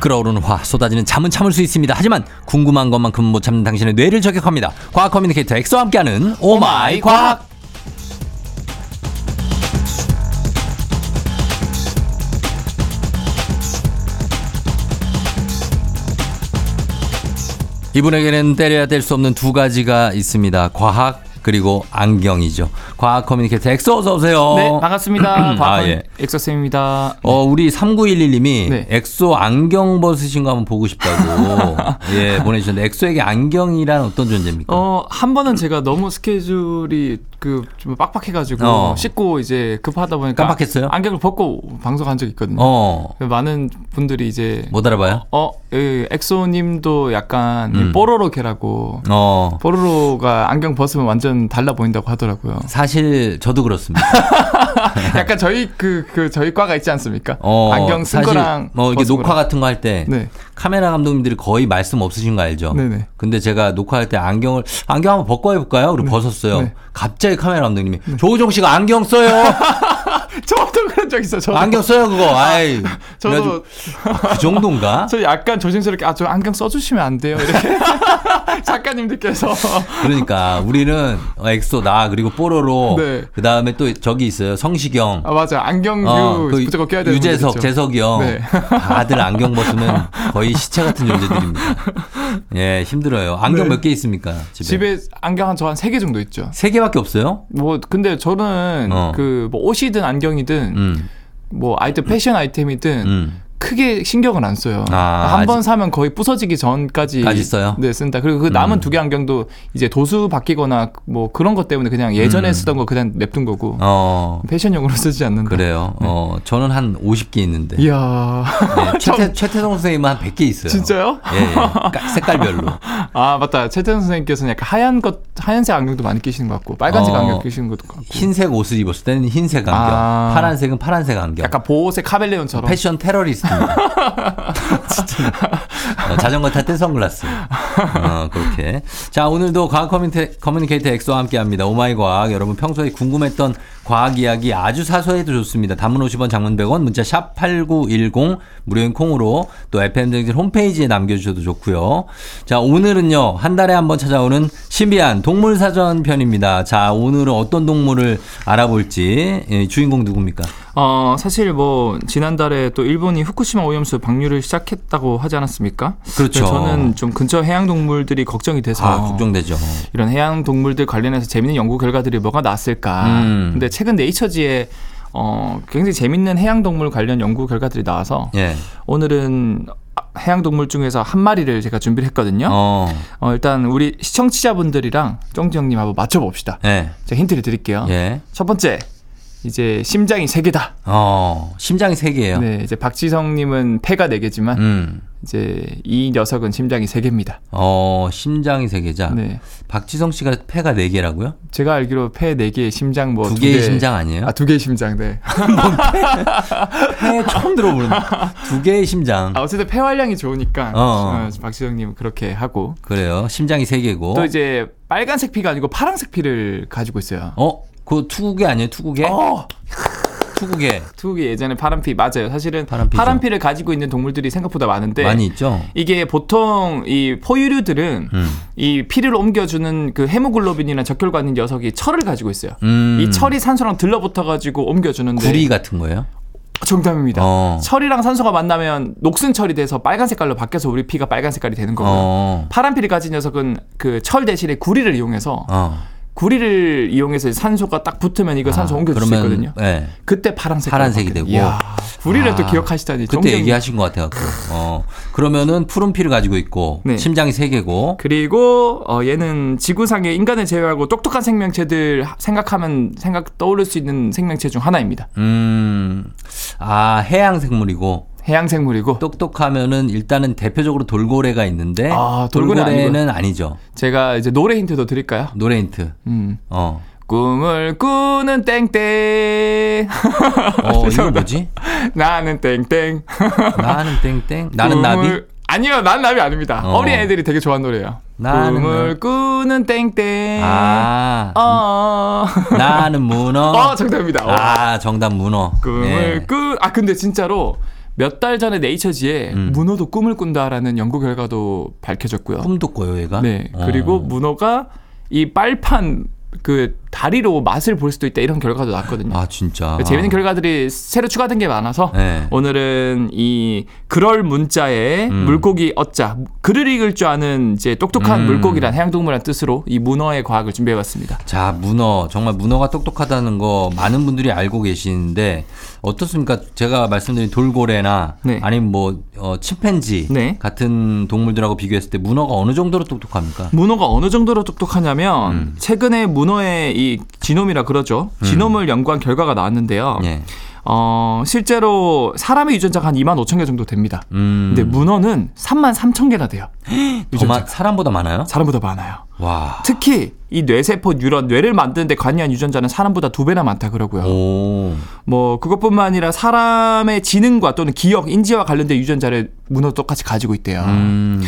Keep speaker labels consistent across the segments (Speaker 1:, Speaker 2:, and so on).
Speaker 1: 끓어오르는 화 쏟아지는 잠은 참을 수 있습니다. 하지만 궁금한 것만큼 못 참는 당신의 뇌를 저격합니다. 과학 커뮤니케이터 엑소와 함께하는 오마이 과학. 이분에게는 때려야 뗄 수 없는 두 가지가 있습니다. 과학 그리고 안경이죠. 과학 커뮤니케이터 엑소 어서 오세요.
Speaker 2: 네, 반갑습니다. 과학
Speaker 1: 아, 예.
Speaker 2: 엑서쌤입니다.
Speaker 1: 어, 우리 3911님이
Speaker 2: 네.
Speaker 1: 엑소 안경 벗으신 거 한번 보고 싶다고 예, 보내주셨는데 엑소에게 안경이란 어떤 존재입니까?
Speaker 2: 어, 한 번은 제가 너무 스케줄이 그 좀 빡빡해가지고
Speaker 1: 어.
Speaker 2: 씻고 이제 급하다 보니까
Speaker 1: 깜빡했어요?
Speaker 2: 안경을 벗고 방송한 적이 있거든요.
Speaker 1: 어, 뭐?
Speaker 2: 많은 분들이 이제
Speaker 1: 못 알아봐요?
Speaker 2: 어, 예, 엑소님도 약간
Speaker 1: 음.
Speaker 2: 뽀로로계라고
Speaker 1: 어,
Speaker 2: 뽀로로가 안경 벗으면 완전 달라 보인다고 하더라고요.
Speaker 1: 사실 저도 그렇습니다.
Speaker 2: 약간 저희 그, 그 저희 과가 있지 않습니까?
Speaker 1: 어,
Speaker 2: 안경 쓴
Speaker 1: 사실
Speaker 2: 거랑
Speaker 1: 뭐 이게
Speaker 2: 벗은
Speaker 1: 녹화
Speaker 2: 거랑.
Speaker 1: 같은 거 할 때
Speaker 2: 네.
Speaker 1: 카메라 감독님들이 거의 말씀 없으신 거 알죠?
Speaker 2: 네네.
Speaker 1: 근데 제가 녹화할 때 안경을 안경 한번 벗고 해볼까요? 그리고 벗었어요.
Speaker 2: 네.
Speaker 1: 갑자기 카메라 감독님이 조우종 씨가 안경 써요.
Speaker 2: 저도 그런 적 있어요. 저도.
Speaker 1: 안경 써요 그거. 아이,
Speaker 2: 저도
Speaker 1: 그래가지고 그 정도인가?
Speaker 2: 저 약간 조심스럽게 아 저 안경 써주시면 안 돼요 이렇게 작가님들께서
Speaker 1: 그러니까 우리는 엑소 나 그리고 뽀로로
Speaker 2: 네.
Speaker 1: 그 다음에 또 저기 있어요 성시경
Speaker 2: 아 맞아 안경
Speaker 1: 어,
Speaker 2: 유
Speaker 1: 그
Speaker 2: 무조건 껴야 되는
Speaker 1: 유재석
Speaker 2: 분들 있죠.
Speaker 1: 재석이 형
Speaker 2: 네.
Speaker 1: 다들 안경 벗으면 거의 시체 같은 존재들입니다. 예 힘들어요. 안경
Speaker 2: 네.
Speaker 1: 몇 개 있습니까 집에?
Speaker 2: 집에 안경 한 저 한 세 개 정도 있죠
Speaker 1: 세 개밖에 없어요?
Speaker 2: 뭐 근데 저는
Speaker 1: 어.
Speaker 2: 그 뭐 옷이든 안경이든
Speaker 1: 음,
Speaker 2: 뭐 아이템 패션 아이템이든
Speaker 1: 음.
Speaker 2: 크게 신경은 안 써요
Speaker 1: 아,
Speaker 2: 한 번 사면 거의 부서지기 전까지
Speaker 1: 까지 써요? 음.
Speaker 2: 네 쓴다 그리고 그 남은 두 개 안경도 이제 도수 바뀌거나 뭐 그런 것 때문에 그냥 예전에
Speaker 1: 음.
Speaker 2: 쓰던 거 그냥 냅둔 거고
Speaker 1: 어
Speaker 2: 패션용으로 쓰지 않는다
Speaker 1: 그래요.
Speaker 2: 네.
Speaker 1: 어 저는 한 50개 있는데
Speaker 2: 이야
Speaker 1: 예, 최태, 최태성 선생님은 한 100개 있어요.
Speaker 2: 진짜요?
Speaker 1: 예, 예. 까- 색깔별로.
Speaker 2: 아 맞다 최태선 선생님께서는 약간 하얀 것 하얀색 안경도 많이 끼시는 것 같고 빨간색
Speaker 1: 어,
Speaker 2: 안경 끼시는 것도 같고
Speaker 1: 흰색 옷을 입었을 때는 흰색 안경,
Speaker 2: 아.
Speaker 1: 파란색은 파란색 안경.
Speaker 2: 약간 보호색 카멜레온처럼
Speaker 1: 패션 테러리스트입니다. 진짜. 어, 자전거 탈 때 선글라스. 어, 그렇게. 자, 오늘도 과학 커뮤니케, 커뮤니케이터 엑소와 함께 합니다. 오마이 과학. 여러분 평소에 궁금했던 과학 이야기 아주 사소해도 좋습니다. 단문 50원, 장문 100원, 문자 샵 8910, 무료인 콩으로 또 FM등진 홈페이지에 남겨주셔도 좋고요. 자, 오늘은요, 한 달에 한 번 찾아오는 신비한 동물 사전 편입니다. 자, 오늘은 어떤 동물을 알아볼지, 예, 주인공 누굽니까?
Speaker 2: 어 사실 뭐 지난달에 또 일본이 후쿠시마 오염수 방류를 시작했다고 하지 않았습니까?
Speaker 1: 그렇죠.
Speaker 2: 그래서 네, 저는 좀 근처 해양 동물들이 걱정이 돼서
Speaker 1: 아, 걱정되죠.
Speaker 2: 이런 해양 동물들 관련해서 재밌는 연구 결과들이 뭐가 났을까?
Speaker 1: 음.
Speaker 2: 근데 최근 네이처지에 어 굉장히 재밌는 해양 동물 관련 연구 결과들이 나와서
Speaker 1: 예.
Speaker 2: 오늘은 아, 해양 동물 중에서 한 마리를 제가 준비를 했거든요.
Speaker 1: 어.
Speaker 2: 어, 일단 우리 시청자분들이랑 정지 형님 한번 맞춰봅시다.
Speaker 1: 예.
Speaker 2: 제가 힌트를 드릴게요.
Speaker 1: 예.
Speaker 2: 첫 번째, 이제 심장이 세개다
Speaker 1: 어. 심장이 세 개예요.
Speaker 2: 네, 이제 박지성님은 폐가 네개지만
Speaker 1: 음.
Speaker 2: 이제 이 녀석은 심장이 세개입니다
Speaker 1: 어, 심장이 세 개자.
Speaker 2: 네,
Speaker 1: 박지성 씨가 폐가 네 개라고요?
Speaker 2: 제가 알기로 폐 네개 심장 뭐
Speaker 1: 두
Speaker 2: 두
Speaker 1: 개의
Speaker 2: 개-
Speaker 1: 심장 아니에요? 음.
Speaker 2: 아, 두 개의 심장, 네.
Speaker 1: 폐 처음 들어보는데. 두 개의 심장.
Speaker 2: 아, 어쨌든 폐활량이 좋으니까
Speaker 1: 어, 어.
Speaker 2: 어, 박지성님은 그렇게 하고
Speaker 1: 그래요. 심장이 세 개고.
Speaker 2: 또 이제 빨간색 피가 아니고 파란색 피를 가지고 있어요.
Speaker 1: 어? 그 투구개 아니에요? 투구개?
Speaker 2: 어,
Speaker 1: 투구개.
Speaker 2: 투기 예전에 파란 피 맞아요. 사실은
Speaker 1: 파란
Speaker 2: 파란,
Speaker 1: 피죠.
Speaker 2: 피를 가지고 있는 동물들이 생각보다 많은데
Speaker 1: 많이 있죠?
Speaker 2: 이게 보통 이 포유류들은
Speaker 1: 음.
Speaker 2: 이 피를 옮겨주는 그 헤모글로빈이나 적혈관 있는 녀석이 철을 가지고 있어요.
Speaker 1: 음.
Speaker 2: 이 철이 산소랑 들러붙어가지고 옮겨주는데
Speaker 1: 구리 같은 거예요?
Speaker 2: 정답입니다.
Speaker 1: 어.
Speaker 2: 철이랑 산소가 만나면 녹슨 철이 돼서 빨간 색깔로 바뀌어서 우리 피가 빨간 색깔이 되는 거고요.
Speaker 1: 어.
Speaker 2: 파란 피를 가진 녀석은 그 철 대신에 구리를 이용해서
Speaker 1: 어.
Speaker 2: 구리를 이용해서 이제 산소가 딱 붙으면 이거 산소
Speaker 1: 아,
Speaker 2: 옮겨줄 수
Speaker 1: 그러면,
Speaker 2: 있거든요.
Speaker 1: 예.
Speaker 2: 그때 파란색
Speaker 1: 파란색이 되고.
Speaker 2: 이야, 구리를 또
Speaker 1: 아,
Speaker 2: 기억하시다니
Speaker 1: 그때
Speaker 2: 네, 정정-
Speaker 1: 얘기하신 것 같아요. 어. 그러면은 푸른 피를 가지고 있고
Speaker 2: 네.
Speaker 1: 심장이 세 개고
Speaker 2: 그리고 어, 얘는 지구상의 인간을 제외하고 똑똑한 생명체들 하- 생각하면 생각 떠오를 수 있는 생명체 중 하나입니다.
Speaker 1: 음. 아, 해양 생물이고
Speaker 2: 해양 생물이고
Speaker 1: 똑똑하면은 일단은 대표적으로 돌고래가 있는데
Speaker 2: 아, 돌고래는
Speaker 1: 돌고래는 아니죠.
Speaker 2: 제가 이제 노래 힌트도 드릴까요?
Speaker 1: 노래 힌트.
Speaker 2: 음.
Speaker 1: 어.
Speaker 2: 꿈을 꾸는 땡땡 아,
Speaker 1: 어, 이거 뭐지?
Speaker 2: 나는 땡땡
Speaker 1: 나는 땡땡. 나는
Speaker 2: 꿈을-
Speaker 1: 나비.
Speaker 2: 아니요 나는 나비 아닙니다
Speaker 1: 어.
Speaker 2: 어. 린 애들이 되게 좋아하는 노래예요
Speaker 1: 나는
Speaker 2: 꿈을 꾸는 땡땡
Speaker 1: 아.
Speaker 2: 어.
Speaker 1: 나는 문어.
Speaker 2: 어 정답입니다 어.
Speaker 1: 아, 정답 문어.
Speaker 2: 꿈을
Speaker 1: 예.
Speaker 2: 꾸. 아 근데 진짜로 몇 달 전에 네이처지에
Speaker 1: 음.
Speaker 2: 문어도 꿈을 꾼다라는 연구 결과도 밝혀졌고요.
Speaker 1: 꿈도 꿔요, 얘가.
Speaker 2: 네.
Speaker 1: 어.
Speaker 2: 그리고 문어가 이 빨판 그 다리로 맛을 볼 수도 있다 이런 결과도 났거든요.
Speaker 1: 아, 진짜.
Speaker 2: 재밌는 결과들이 새로 추가된 게 많아서
Speaker 1: 네.
Speaker 2: 오늘은 이 그럴 문자에
Speaker 1: 음.
Speaker 2: 물고기 어자 글을 읽을 줄 아는 이제 똑똑한
Speaker 1: 음.
Speaker 2: 물고기란 해양동물이란 뜻으로 이 문어의 과학을 준비해봤습니다.
Speaker 1: 자, 문어. 정말 문어가 똑똑하다는 거 많은 분들이 알고 계시는데 어떻습니까? 제가 말씀드린 돌고래나
Speaker 2: 네.
Speaker 1: 아니면 뭐 어, 침팬지
Speaker 2: 네.
Speaker 1: 같은 동물들하고 비교했을 때 문어가 어느 정도로 똑똑합니까?
Speaker 2: 문어가 어느 정도로 똑똑하냐면
Speaker 1: 음.
Speaker 2: 최근에 문어의 이 지놈이라 그러죠. 지놈을 연구한 결과가 나왔는데요.
Speaker 1: 예.
Speaker 2: 어, 실제로 사람의 유전자가 한 2만 5천 개 정도 됩니다.
Speaker 1: 음.
Speaker 2: 근데 뭐 문어는 3만 3천 개나 돼요.
Speaker 1: 더
Speaker 2: 유전자
Speaker 1: 많- 사람보다 많아요?
Speaker 2: 사람보다 많아요.
Speaker 1: 와.
Speaker 2: 특히 이 뇌세포 뉴런 뇌를 만드는데 관여한 유전자는 사람보다 두 배나 많다 그러고요.
Speaker 1: 어. 오.
Speaker 2: 뭐 그것뿐만 아니라 사람의 지능과 또는 기억, 인지와 관련된 유전자를 문어 똑같이 가지고 있대요.
Speaker 1: 음.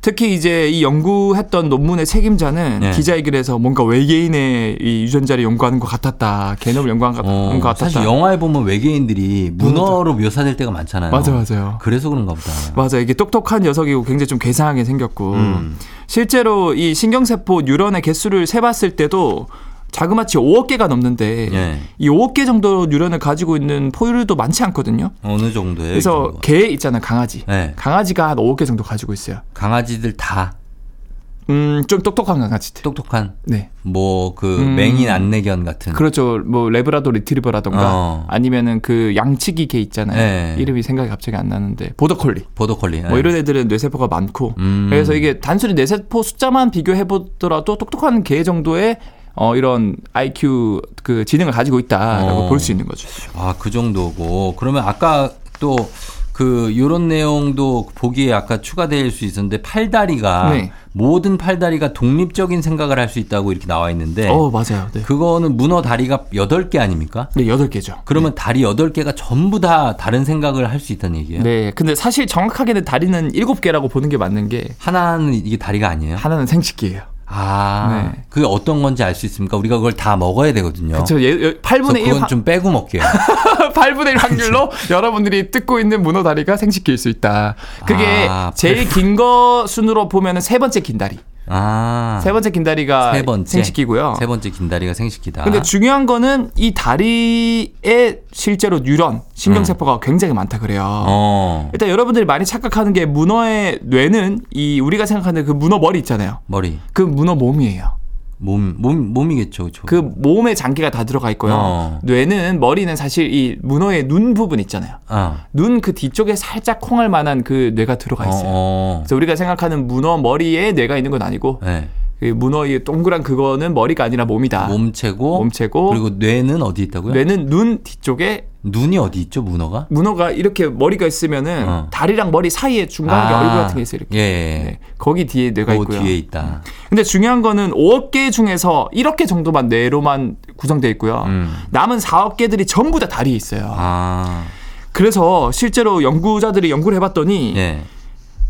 Speaker 2: 특히 이제 이 연구했던 논문의 책임자는
Speaker 1: 네.
Speaker 2: 기자회견에서 뭔가 외계인의 이 유전자를 연구하는 것 같았다. 개념을 연구한 것 같-
Speaker 1: 어,
Speaker 2: 것 같았다.
Speaker 1: 사실 영화에 보면 외계인들이 문어로 묘사될 때가 많잖아요.
Speaker 2: 맞아 맞아요.
Speaker 1: 그래서 그런가 보다.
Speaker 2: 맞아 이게 똑똑한 녀석이고 굉장히 좀 괴상하게 생겼고
Speaker 1: 음.
Speaker 2: 실제로 이 신경세포 뉴런의 개수를 세봤을 때도 자그마치 5억 개가 넘는데
Speaker 1: 예.
Speaker 2: 이 5억 개 정도 뉴런을 가지고 있는 포유류도 많지 않거든요.
Speaker 1: 어느 네, 정도예요? 이
Speaker 2: 그래서
Speaker 1: 정도가?
Speaker 2: 개 있잖아요 강아지.
Speaker 1: 네.
Speaker 2: 강아지가 한 5억 개 정도 가지고 있어요.
Speaker 1: 강아지들 다
Speaker 2: 음, 좀 똑똑한 강아지들.
Speaker 1: 똑똑한
Speaker 2: 네.
Speaker 1: 뭐 그
Speaker 2: 음.
Speaker 1: 맹인 안내견 같은
Speaker 2: 그렇죠. 뭐 레브라도 리트리버라던가
Speaker 1: 어.
Speaker 2: 아니면은 그 양치기 개 있잖아요.
Speaker 1: 네.
Speaker 2: 이름이 생각이 갑자기 안 나는데 보더콜리.
Speaker 1: 보더콜리.
Speaker 2: 뭐 이런 애들은 뇌세포가 많고
Speaker 1: 음.
Speaker 2: 그래서 이게 단순히 뇌세포 숫자만 비교해 보더라도 똑똑한 개 정도의 어 이런 IQ 그 지능을 가지고 있다라고
Speaker 1: 어.
Speaker 2: 볼 수 있는 거죠.
Speaker 1: 아, 그 정도고. 그러면 아까 또 그 요런 내용도 보기에 아까 추가될 수 있었는데 팔다리가
Speaker 2: 네.
Speaker 1: 모든 팔다리가 독립적인 생각을 할 수 있다고 이렇게 나와 있는데
Speaker 2: 어 맞아요. 네.
Speaker 1: 그거는 문어 다리가 여덟 개 아닙니까?
Speaker 2: 네 여덟 개죠.
Speaker 1: 그러면 다리 여덟 개가 전부 다 다른 생각을 할 수 있다는 얘기예요.
Speaker 2: 네. 근데 사실 정확하게는 다리는 일곱 개라고 보는 게 맞는 게
Speaker 1: 하나는 이게 다리가 아니에요.
Speaker 2: 하나는 생식기예요.
Speaker 1: 아,
Speaker 2: 네.
Speaker 1: 그게 어떤 건지 알 수 있습니까? 우리가 그걸 다 먹어야 되거든요.
Speaker 2: 저 예, 예,
Speaker 1: 그래서
Speaker 2: 8분의 1
Speaker 1: 그건 좀 빼고 먹게요.
Speaker 2: 8분의 1 확률로 여러분들이 뜯고 있는 문어 다리가 생식기일 수 있다. 그게
Speaker 1: 아,
Speaker 2: 제일 긴 거 순으로 보면은 세 번째 긴 다리.
Speaker 1: 아,
Speaker 2: 세 번째 긴 다리가
Speaker 1: 세 번째.
Speaker 2: 생식기고요.
Speaker 1: 세 번째 아. 긴 다리가 생식기다.
Speaker 2: 근데 중요한 거는 이 다리에 실제로 뉴런 신경세포가 굉장히 많다 그래요.
Speaker 1: 음. 어,
Speaker 2: 일단 여러분들이 많이 착각하는 게 문어의 뇌는 이 우리가 생각하는 그 문어 머리 있잖아요.
Speaker 1: 머리,
Speaker 2: 그 문어 몸이에요.
Speaker 1: 몸, 몸, 몸이겠죠, 그쵸?
Speaker 2: 그 몸에 장기가 다 들어가 있고요.
Speaker 1: 어.
Speaker 2: 뇌는 머리는 사실 이 문어의 눈 부분 있잖아요.
Speaker 1: 아,
Speaker 2: 눈 그 뒤쪽에 살짝 콩할 만한 그 뇌가 들어가
Speaker 1: 어,
Speaker 2: 있어요.
Speaker 1: 어.
Speaker 2: 그래서 우리가 생각하는 문어 머리에 뇌가 있는 건 아니고
Speaker 1: 네.
Speaker 2: 그 문어의 동그란 그거는 머리가 아니라 몸이다.
Speaker 1: 몸체고,
Speaker 2: 몸체고
Speaker 1: 그리고 뇌는 어디 있다고요?
Speaker 2: 뇌는 눈 뒤쪽에
Speaker 1: 눈이 어디 있죠, 문어가?
Speaker 2: 문어가 이렇게 머리가 있으면은
Speaker 1: 어.
Speaker 2: 다리랑 머리 사이에 중간에
Speaker 1: 아,
Speaker 2: 얼굴 같은 게 있어요
Speaker 1: 예,
Speaker 2: 이렇게
Speaker 1: 예.
Speaker 2: 네, 거기 뒤에 뇌가
Speaker 1: 그
Speaker 2: 있고요
Speaker 1: 뒤에 있다.
Speaker 2: 근데 중요한 거는 5억 개 중에서 1억 개 정도만 뇌로만 구성되어 있고요
Speaker 1: 음.
Speaker 2: 남은 4억 개들이 전부 다 다리에 있어요
Speaker 1: 아,
Speaker 2: 그래서 실제로 연구자들이 연구를 해봤더니
Speaker 1: 예.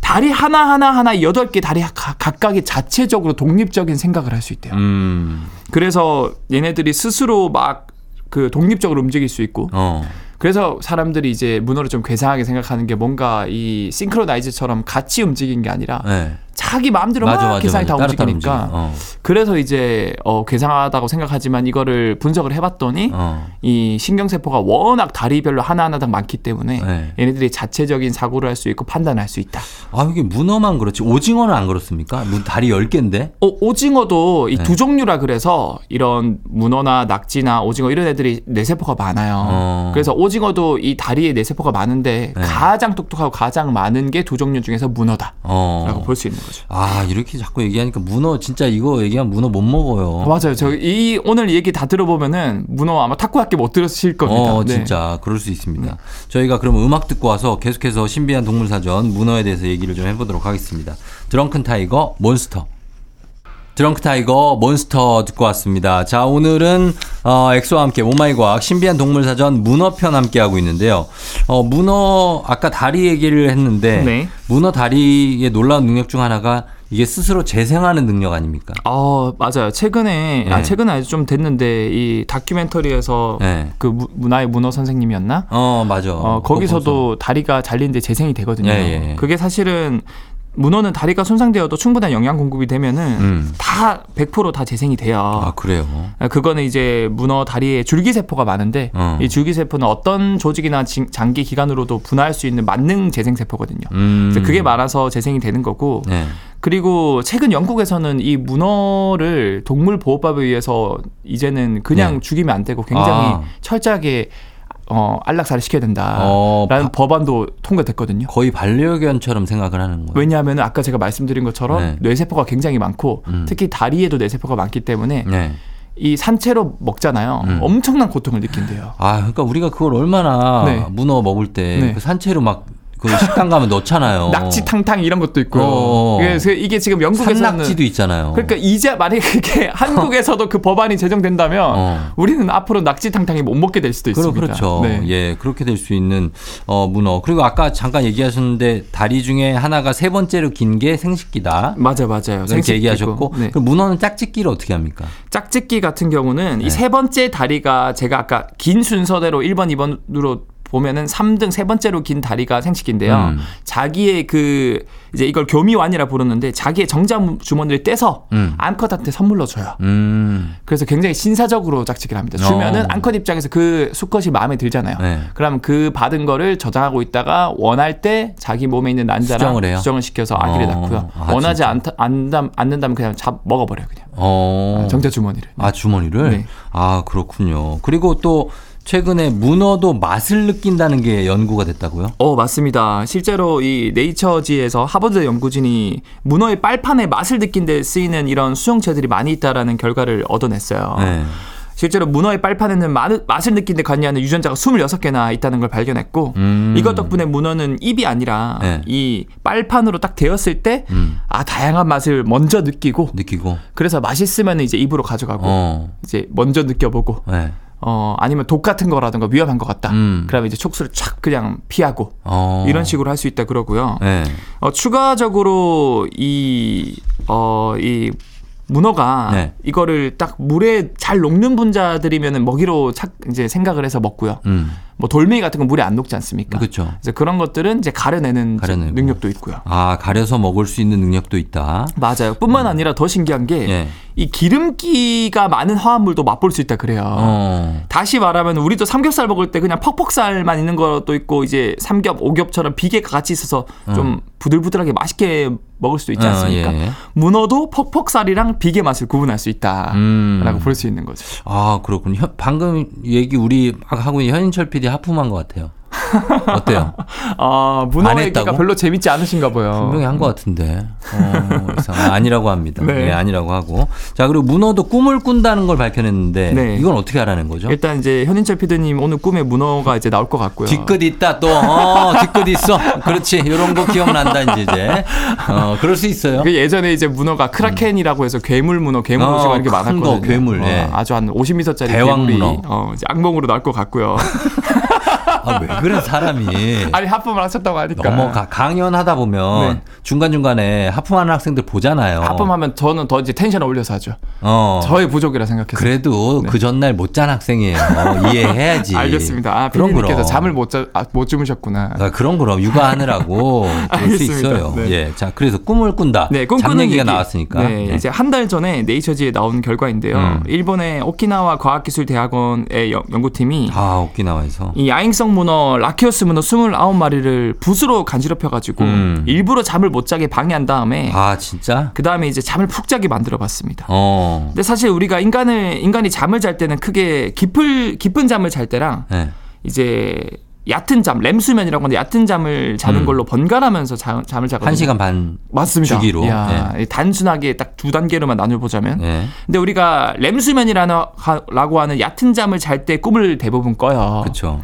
Speaker 2: 다리 하나하나 하나 8개 다리 가- 각각이 자체적으로 독립적인 생각을 할 수 있대요
Speaker 1: 음,
Speaker 2: 그래서 얘네들이 스스로 막 그 독립적으로 움직일 수 있고
Speaker 1: 어.
Speaker 2: 그래서 사람들이 이제 문어를 좀 괴상하게 생각하는 게 뭔가 이 싱크로나이즈처럼 같이 움직인 게 아니라
Speaker 1: 예.
Speaker 2: 자기 마음대로 막 계산이 다
Speaker 1: 따로따로
Speaker 2: 움직이니까.
Speaker 1: 움직여. 어.
Speaker 2: 그래서 이제 어, 괴상하다고 생각하지만 이거를 분석을 해봤더니
Speaker 1: 어.
Speaker 2: 이 신경세포가 워낙 다리별로 하나하나 다 많기 때문에
Speaker 1: 네.
Speaker 2: 얘네들이 자체적인 사고를 할 수 있고 판단할 수 있다.
Speaker 1: 아 이게 문어만 그렇지 오징어는 안 그렇습니까? 문 다리 10개인데
Speaker 2: 어, 오징어도 이
Speaker 1: 네.
Speaker 2: 두 종류라 그래서 이런 문어나 낙지나 오징어 이런 애들이 뇌세포가 많아요.
Speaker 1: 어.
Speaker 2: 그래서 오징어도 이 다리에 뇌세포가 많은데
Speaker 1: 네.
Speaker 2: 가장 똑똑하고 가장 많은 게 두 종류 중에서 문어다라고
Speaker 1: 어.
Speaker 2: 볼 수 있는 거죠.
Speaker 1: 아 이렇게 자꾸 얘기하니까 문어 진짜 이거 얘기하면 문어 못 먹어요.
Speaker 2: 맞아요. 저 이 오늘 얘기 다 들어보면은 문어 아마 탁구학교 못 들으실 겁니다.
Speaker 1: 어,
Speaker 2: 네.
Speaker 1: 진짜 그럴 수 있습니다. 저희가 그럼 음악 듣고 와서 계속해서 신비한 동물 사전 문어에 대해서 얘기를 좀 해보도록 하겠습니다. 드렁큰 타이거 몬스터. 드렁크 타이거 몬스터 듣고 왔습니다. 자 오늘은 어, 엑소와 함께 오마이과학 신비한 동물 사전 문어편 함께 하고 있는데요. 어, 문어 아까 다리 얘기를 했는데
Speaker 2: 네.
Speaker 1: 문어 다리의 놀라운 능력 중 하나가 이게 스스로 재생하는 능력 아닙니까?
Speaker 2: 어, 맞아요. 최근에
Speaker 1: 네.
Speaker 2: 아 최근에 아주 좀 됐는데 이 다큐멘터리에서
Speaker 1: 네.
Speaker 2: 그 무- 문화의 문어 선생님이었나?
Speaker 1: 어 맞아.
Speaker 2: 어, 거기서도 다리가 잘리는데 재생이 되거든요.
Speaker 1: 예, 예, 예.
Speaker 2: 그게 사실은 문어는 다리가 손상되어도 충분한 영양 공급이 되면은
Speaker 1: 음.
Speaker 2: 다 100%다 재생이
Speaker 1: 아
Speaker 2: 돼요. 아,
Speaker 1: 그래요.
Speaker 2: 그거는 이제 문어 다리에 줄기세포가 많은데
Speaker 1: 어.
Speaker 2: 이 줄기세포는 어떤 조직이나 진- 장기 기관으로도 분화할 수 있는 만능 재생세포거든요.
Speaker 1: 음.
Speaker 2: 그래서 그게 많아서 재생이 되는 거고
Speaker 1: 네.
Speaker 2: 그리고 최근 영국에서는 이 문어를 동물 보호법에 의해서 이제는 그냥
Speaker 1: 네.
Speaker 2: 죽이면 안 되고 굉장히
Speaker 1: 아.
Speaker 2: 철저하게 어, 안락사를 시켜야 된다라는
Speaker 1: 어, 바- 어.
Speaker 2: 법안도 통과됐거든요.
Speaker 1: 거의 반려견처럼 생각을 하는 거예요.
Speaker 2: 왜냐하면 아까 제가 말씀드린 것처럼
Speaker 1: 네.
Speaker 2: 뇌세포가 굉장히 많고
Speaker 1: 음.
Speaker 2: 특히 다리에도 뇌세포가 많기 때문에
Speaker 1: 네.
Speaker 2: 이 산채로 먹잖아요.
Speaker 1: 음.
Speaker 2: 엄청난 고통을 느낀대요.
Speaker 1: 아, 그러니까 우리가 그걸 얼마나
Speaker 2: 네.
Speaker 1: 문어 먹을 때
Speaker 2: 네.
Speaker 1: 그 산채로 막 그 식당 가면 넣잖아요.
Speaker 2: 낙지 탕탕 이런 것도 있고요.
Speaker 1: 어.
Speaker 2: 그래서 이게 지금 영국에서는
Speaker 1: 산낙지도 있잖아요.
Speaker 2: 그러니까 이제 만약에 그게 한국에서도 그 법안이 제정된다면
Speaker 1: 어.
Speaker 2: 우리는 앞으로 낙지탕탕이 못 먹게 될 수도
Speaker 1: 그러-
Speaker 2: 있습니다.
Speaker 1: 그렇죠.
Speaker 2: 네.
Speaker 1: 예, 그렇게 될 수 있는 어, 문어. 그리고 아까 잠깐 얘기하셨는데 다리 중에 하나가 세 번째로 긴 게 생식기다.
Speaker 2: 맞아 맞아요.
Speaker 1: 이렇게
Speaker 2: 생식기고.
Speaker 1: 얘기하셨고
Speaker 2: 네.
Speaker 1: 그럼 문어는 짝짓기를 어떻게 합니까?
Speaker 2: 짝짓기 같은 경우는
Speaker 1: 네.
Speaker 2: 이 세 번째 다리가 제가 아까 긴 순서대로 1번, 2번으로 보면은 3등 세 번째로 긴 다리가 생식기인데요.
Speaker 1: 음.
Speaker 2: 자기의 그 이제 이걸 교미완이라 부르는데 자기의 정자 주머니를 떼서
Speaker 1: 음.
Speaker 2: 암컷한테 선물로 줘요.
Speaker 1: 음.
Speaker 2: 그래서 굉장히 신사적으로 짝짓기를 합니다.
Speaker 1: 어.
Speaker 2: 주면은 암컷 입장에서 그 수컷이 마음에 들잖아요.
Speaker 1: 네.
Speaker 2: 그럼 그 받은 거를 저장하고 있다가 원할 때 자기 몸에 있는 난자랑
Speaker 1: 수정을 해요?
Speaker 2: 시켜서 아기를
Speaker 1: 어.
Speaker 2: 낳고요.
Speaker 1: 아,
Speaker 2: 원하지
Speaker 1: 진짜?
Speaker 2: 않다, 않다, 않는다면 그냥 잡 먹어버려요. 그냥
Speaker 1: 어.
Speaker 2: 정자 주머니를.
Speaker 1: 아 주머니를
Speaker 2: 네.
Speaker 1: 아 그렇군요. 그리고 또 최근에 문어도 맛을 느낀다는 게 연구가 됐다고요?
Speaker 2: 어 맞습니다. 실제로 이 네이처지에서 하버드 연구진이 문어의 빨판의 맛을 느낀 데 쓰이는 이런 수용체들이 많이 있다라는 결과를 얻어냈어요.
Speaker 1: 네.
Speaker 2: 실제로 문어의 빨판에는 마, 맛을 느낀 데 관여하는 유전자가 26개나 있다는 걸 발견했고
Speaker 1: 음.
Speaker 2: 이것 덕분에 문어는 입이 아니라
Speaker 1: 네.
Speaker 2: 이 빨판으로 딱 되었을 때 아
Speaker 1: 음.
Speaker 2: 다양한 맛을 먼저 느끼고
Speaker 1: 느끼고.
Speaker 2: 그래서 맛있으면 이제 입으로 가져가고
Speaker 1: 어.
Speaker 2: 이제 먼저 느껴보고
Speaker 1: 네.
Speaker 2: 어 아니면 독 같은 거라든가 위험한 것 같다
Speaker 1: 음.
Speaker 2: 그러면 이제 촉수를 촥 그냥 피하고
Speaker 1: 어.
Speaker 2: 이런 식으로 할 수 있다 그러고요.
Speaker 1: 네.
Speaker 2: 어, 추가적으로 이, 어, 이 문어가
Speaker 1: 네.
Speaker 2: 이거를 딱 물에 잘 녹는 분자들이면 먹이로 착 이제 생각을 해서 먹고요.
Speaker 1: 음.
Speaker 2: 뭐 돌멩이 같은 건 물에 안 녹지 않습니까?
Speaker 1: 그렇죠.
Speaker 2: 그래서 그런 것들은 이제 가려내는 이제
Speaker 1: 가려내고.
Speaker 2: 능력도 있고요.
Speaker 1: 아 가려서 먹을 수 있는 능력도 있다.
Speaker 2: 맞아요. 뿐만 아니라 더 신기한 게 이
Speaker 1: 음. 예.
Speaker 2: 기름기가 많은 화합물도 맛볼 수 있다 그래요.
Speaker 1: 어.
Speaker 2: 다시 말하면 우리도 삼겹살 먹을 때 그냥 퍽퍽살만 있는 것도 있고 이제 삼겹, 오겹처럼 비계가 같이 있어서 좀 부들부들하게 맛있게 먹을 수도 있지
Speaker 1: 아,
Speaker 2: 않습니까?
Speaker 1: 예.
Speaker 2: 문어도 퍽퍽살이랑 비계 맛을 구분할 수 아, 있다라고
Speaker 1: 음.
Speaker 2: 볼 수 있는 거죠.
Speaker 1: 아 그렇군요. 현- 방금 얘기 우리 막 하고 있는 현인철 PD 하품한 것 같아요. 어때요?
Speaker 2: 아, 문어
Speaker 1: 안
Speaker 2: 얘기가
Speaker 1: 했다고?
Speaker 2: 별로 재밌지 않으신가 봐요.
Speaker 1: 분명히 한 것 같은데 어, 이상 아니라고 합니다.
Speaker 2: 네.
Speaker 1: 예, 아니라고 하고 자 그리고 문어도 꿈을 꾼다는 걸 밝혀냈는데
Speaker 2: 네. 예.
Speaker 1: 이건 어떻게 하라는 거죠?
Speaker 2: 일단 이제 현인철 피디님 오늘 꿈에 문어가 이제 나올 것 같고요.
Speaker 1: 뒤끝 있다 또 어, 뒤끝 있어 그렇지 이런 거 기억난다 이제 이제 어, 그럴 수 있어요.
Speaker 2: 그 예전에 이제 문어가 크라켄이라고 해서 괴물 문어, 괴물
Speaker 1: 어,
Speaker 2: 오징어 이렇게
Speaker 1: 큰
Speaker 2: 많았거든요.
Speaker 1: 거, 괴물,
Speaker 2: 어,
Speaker 1: 예.
Speaker 2: 아주 한 50m짜리
Speaker 1: 대왕
Speaker 2: 괴물이
Speaker 1: 문어. 네.
Speaker 2: 어, 이제 악몽으로 나올 것 같고요.
Speaker 1: 아, 왜 그래 사람이.
Speaker 2: 아니 하품을 하셨다고 하니까
Speaker 1: 넘어가 강연하다 보면
Speaker 2: 네.
Speaker 1: 중간 중간에 하품하는 학생들 보잖아요.
Speaker 2: 하품하면 저는 더 이제 텐션을 올려서 하죠.
Speaker 1: 어.
Speaker 2: 저의 부족이라 생각해서.
Speaker 1: 그래도 그 전날 못 잔 학생이에요. 이해해야지.
Speaker 2: 알겠습니다. 아,
Speaker 1: 그럼
Speaker 2: 피디님께서
Speaker 1: 그럼.
Speaker 2: 잠을 못, 자, 아, 못 주무셨구나.
Speaker 1: 아, 그런 그럼 육아하느라고 그럴 수
Speaker 2: 알겠습니다.
Speaker 1: 있어요.
Speaker 2: 네.
Speaker 1: 예, 자 그래서 꿈을 꾼다.
Speaker 2: 네,
Speaker 1: 잠
Speaker 2: 꿈꾸는
Speaker 1: 얘기가
Speaker 2: 얘기.
Speaker 1: 나왔으니까.
Speaker 2: 네,
Speaker 1: 네.
Speaker 2: 이제 한 달 전에 네이처지에 나온 결과인데요.
Speaker 1: 음.
Speaker 2: 일본의 오키나와 과학기술대학원의 연- 연구팀이
Speaker 1: 아 오키나와에서.
Speaker 2: 이 야행성 문어 라키오스 문어 29마리를 붓으로 간지럽혀 가지고
Speaker 1: 음.
Speaker 2: 일부러 잠을 못 자게 방해한 다음에
Speaker 1: 아 진짜?
Speaker 2: 그다음에 이제 잠을 푹 자게 만들어 봤습니다.
Speaker 1: 어.
Speaker 2: 근데 사실 우리가 인간을 인간이 잠을 잘 때는 크게 깊을 깊은 잠을 잘 때랑
Speaker 1: 네.
Speaker 2: 이제 얕은 잠, 램수면이라고 하는데 얕은 잠을 자는
Speaker 1: 음.
Speaker 2: 걸로 번갈아면서 자- 잠을 자거든요.
Speaker 1: 한 시간 반.
Speaker 2: 맞습니다.
Speaker 1: 주기로. 네.
Speaker 2: 이야, 단순하게 딱 두 단계로만 나눠보자면.
Speaker 1: 예.
Speaker 2: 근데 우리가 램수면이라는 하- 라고 하는 얕은 잠을 잘 때 꿈을 대부분 꿔요.
Speaker 1: 그렇죠.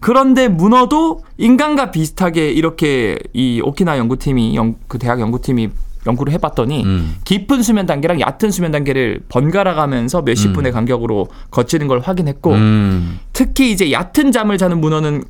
Speaker 2: 그런데 문어도 인간과 비슷하게 이렇게 이 오키나 연구팀이 연- 그 대학 연구팀이 연구를 해봤더니
Speaker 1: 음.
Speaker 2: 깊은 수면 단계랑 얕은 수면 단계를 번갈아가면서 몇십 분의 간격으로 거치는 걸 확인했고
Speaker 1: 음.
Speaker 2: 특히 이제 얕은 잠을 자는 문어는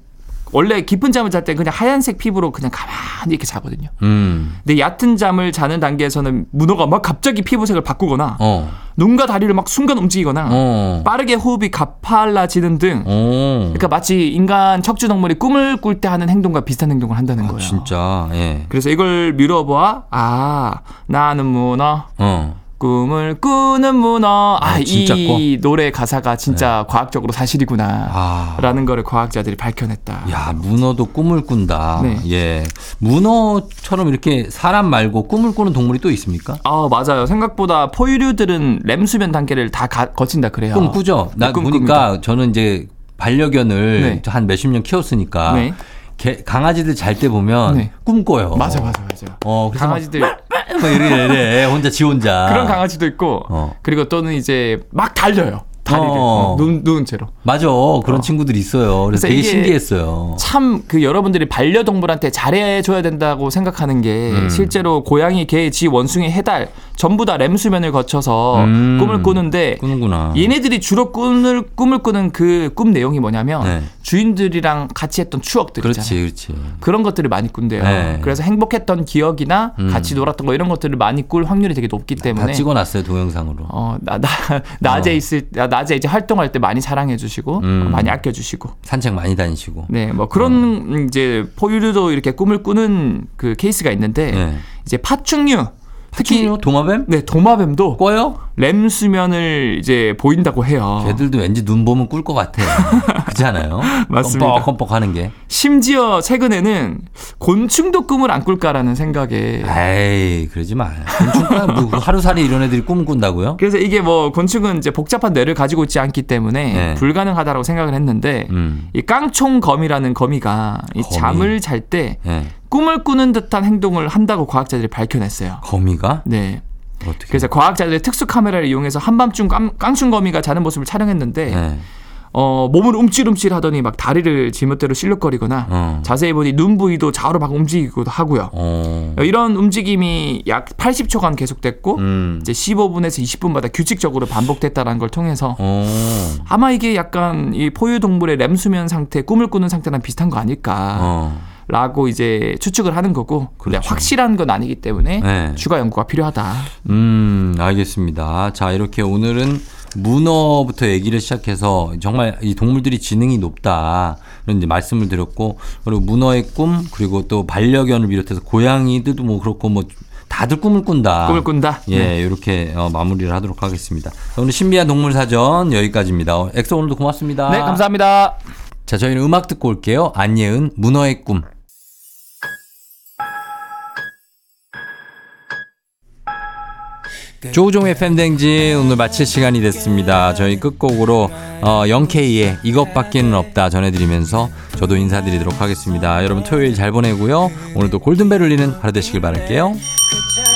Speaker 2: 원래 깊은 잠을 잘 때 그냥 하얀색 피부로 그냥 가만히 이렇게 자거든요.
Speaker 1: 음.
Speaker 2: 근데 얕은 잠을 자는 단계에서는 문어가 막 갑자기 피부색을 바꾸거나
Speaker 1: 어.
Speaker 2: 눈과 다리를 막 순간 움직이거나
Speaker 1: 어.
Speaker 2: 빠르게 호흡이 가팔라지는 등
Speaker 1: 어.
Speaker 2: 그러니까 마치 인간 척추동물이 꿈을 꿀 때 하는 행동과 비슷한 행동을 한다는 거예요.
Speaker 1: 아, 진짜. 예.
Speaker 2: 그래서 이걸 미뤄보아 아 나는 문어
Speaker 1: 어.
Speaker 2: 꿈을 꾸는 문어
Speaker 1: 아, 진짜 네.
Speaker 2: 아이 노래 가사가 진짜 과학적으로 사실이구나
Speaker 1: 아. 예.
Speaker 2: 라는 거를 과학자들이 밝혀냈다.
Speaker 1: 야, 문어도 꿈을 꾼다.
Speaker 2: 네.
Speaker 1: 예. 문어처럼 이렇게 사람 말고 꿈을 꾸는 동물이 또 있습니까?
Speaker 2: 아 맞아요. 생각보다 포유류들은 렘 수면 단계를 다 가- 거친다 그래요.
Speaker 1: 꿈 꾸죠? 나
Speaker 2: 네, 꿈
Speaker 1: 보니까 저는 이제 반려견을
Speaker 2: 네.
Speaker 1: 한 몇십 년 키웠으니까
Speaker 2: 네.
Speaker 1: 개- 강아지들 잘 때 보면
Speaker 2: 네.
Speaker 1: 꿈꿔요.
Speaker 2: 맞아 맞아 맞아.
Speaker 1: 어, 그래서 막
Speaker 2: 강아지들
Speaker 1: 막 이래, 이래, 이래. 혼자 지 혼자.
Speaker 2: 그런 강아지도 있고
Speaker 1: 어.
Speaker 2: 그리고 또는 이제 막 달려요. 다리를
Speaker 1: 어.
Speaker 2: 어, 누운, 누운 채로.
Speaker 1: 맞아. 그런 친구들 이 있어요. 그래서
Speaker 2: 그래서
Speaker 1: 되게
Speaker 2: 이게
Speaker 1: 신기했어요.
Speaker 2: 참 그 여러분들이 반려동물한테 잘해줘야 된다고 생각하는 게
Speaker 1: 음.
Speaker 2: 실제로 고양이, 개, 쥐, 원숭이, 해달 전부 다 램수면을 거쳐서
Speaker 1: 음.
Speaker 2: 꿈을 꾸는데
Speaker 1: 꾸는구나.
Speaker 2: 얘네들이 주로 꿈을 꿈을 꾸는 그 꿈 내용이 뭐냐면
Speaker 1: 네.
Speaker 2: 주인들이랑 같이 했던 추억들 있잖아요.
Speaker 1: 그렇지, 그렇지.
Speaker 2: 그런 것들을 많이 꾼대요.
Speaker 1: 네. 음.
Speaker 2: 그래서 행복했던 기억이나 같이 놀았던 거 이런 것들을 많이 꿀 확률이 되게 높기
Speaker 1: 다
Speaker 2: 때문에
Speaker 1: 찍어놨어요, 동영상으로.
Speaker 2: 어, 나, 나, 낮에 있을, 나- 낮에 이제 활동할 때 많이 사랑해주시고,
Speaker 1: 음.
Speaker 2: 많이 아껴주시고.
Speaker 1: 산책 많이 다니시고.
Speaker 2: 네, 뭐 그런
Speaker 1: 어.
Speaker 2: 이제 포유류도 이렇게 꿈을 꾸는 그 케이스가 있는데,
Speaker 1: 네.
Speaker 2: 이제 파충류, 특히,
Speaker 1: 파충류, 도마뱀?
Speaker 2: 네, 도마뱀도
Speaker 1: 뭐 꿔요?
Speaker 2: 램 수면을 이제 보인다고 해요.
Speaker 1: 걔들도 왠지 눈 보면 꿀 것 같아. 그렇지 않아요?
Speaker 2: 맞습니다.
Speaker 1: 껌뻑껌뻑 하는 게.
Speaker 2: 심지어 최근에는 곤충도 꿈을 안 꿀까라는 생각에.
Speaker 1: 아. 에이, 그러지 마. 곤충과 뭐 하루살이 이런 애들이 꿈 꾼다고요?
Speaker 2: 그래서 이게 뭐 곤충은 이제 복잡한 뇌를 가지고 있지 않기 때문에
Speaker 1: 네.
Speaker 2: 불가능하다라고 생각을 했는데,
Speaker 1: 음.
Speaker 2: 이 깡총검이라는 거미가 이
Speaker 1: 거미.
Speaker 2: 잠을 잘 때
Speaker 1: 예.
Speaker 2: 꿈을 꾸는 듯한 행동을 한다고 과학자들이 밝혀냈어요.
Speaker 1: 거미가?
Speaker 2: 네.
Speaker 1: 어떻게.
Speaker 2: 그래서 과학자들이 특수 카메라를 이용해서 한밤중 깡, 깡충거미가 자는 모습을 촬영했는데
Speaker 1: 예.
Speaker 2: 어, 몸을 움찔움찔 하더니 막 다리를 지멋대로 실룩거리거나
Speaker 1: 어.
Speaker 2: 자세히 보니 눈 부위도 좌우로 막 움직이기도 하고요.
Speaker 1: 어.
Speaker 2: 이런 움직임이 약 80초간 계속됐고
Speaker 1: 음.
Speaker 2: 이제 15분에서 20분마다 규칙적으로 반복됐다는 걸 통해서
Speaker 1: 어.
Speaker 2: 아마 이게 약간 이 포유동물의 렘수면 상태, 꿈을 꾸는 상태랑 비슷한 거 아닐까.
Speaker 1: 어.
Speaker 2: 라고 이제 추측을 하는 거고 근데
Speaker 1: 그렇죠.
Speaker 2: 확실한 건 아니기 때문에
Speaker 1: 네.
Speaker 2: 추가 연구가 필요하다.
Speaker 1: 음, 알겠습니다. 자, 이렇게 오늘은 문어부터 얘기를 시작해서 정말 이 동물들이 지능이 높다. 그런 이제 말씀을 드렸고, 그리고 문어의 꿈, 그리고 또 반려견을 비롯해서 고양이들도 뭐 그렇고 뭐 다들 꿈을 꾼다.
Speaker 2: 꿈을 꾼다.
Speaker 1: 예,
Speaker 2: 네.
Speaker 1: 이렇게 어, 마무리를 하도록 하겠습니다. 자, 오늘 신비한 동물 사전 여기까지입니다. 어, 엑소 오늘도 고맙습니다.
Speaker 2: 네, 감사합니다.
Speaker 1: 자, 저희는 음악 듣고 올게요. 안예은, 문어의 꿈. 조우종의 팬댕진 오늘 마칠 시간이 됐습니다. 저희 끝곡으로 어, 0K의 이것밖에는 없다 전해드리면서 저도 인사드리도록 하겠습니다. 여러분 토요일 잘 보내고요. 오늘도 골든벨 울리는 하루 되시길 바랄게요.
Speaker 3: 그 차이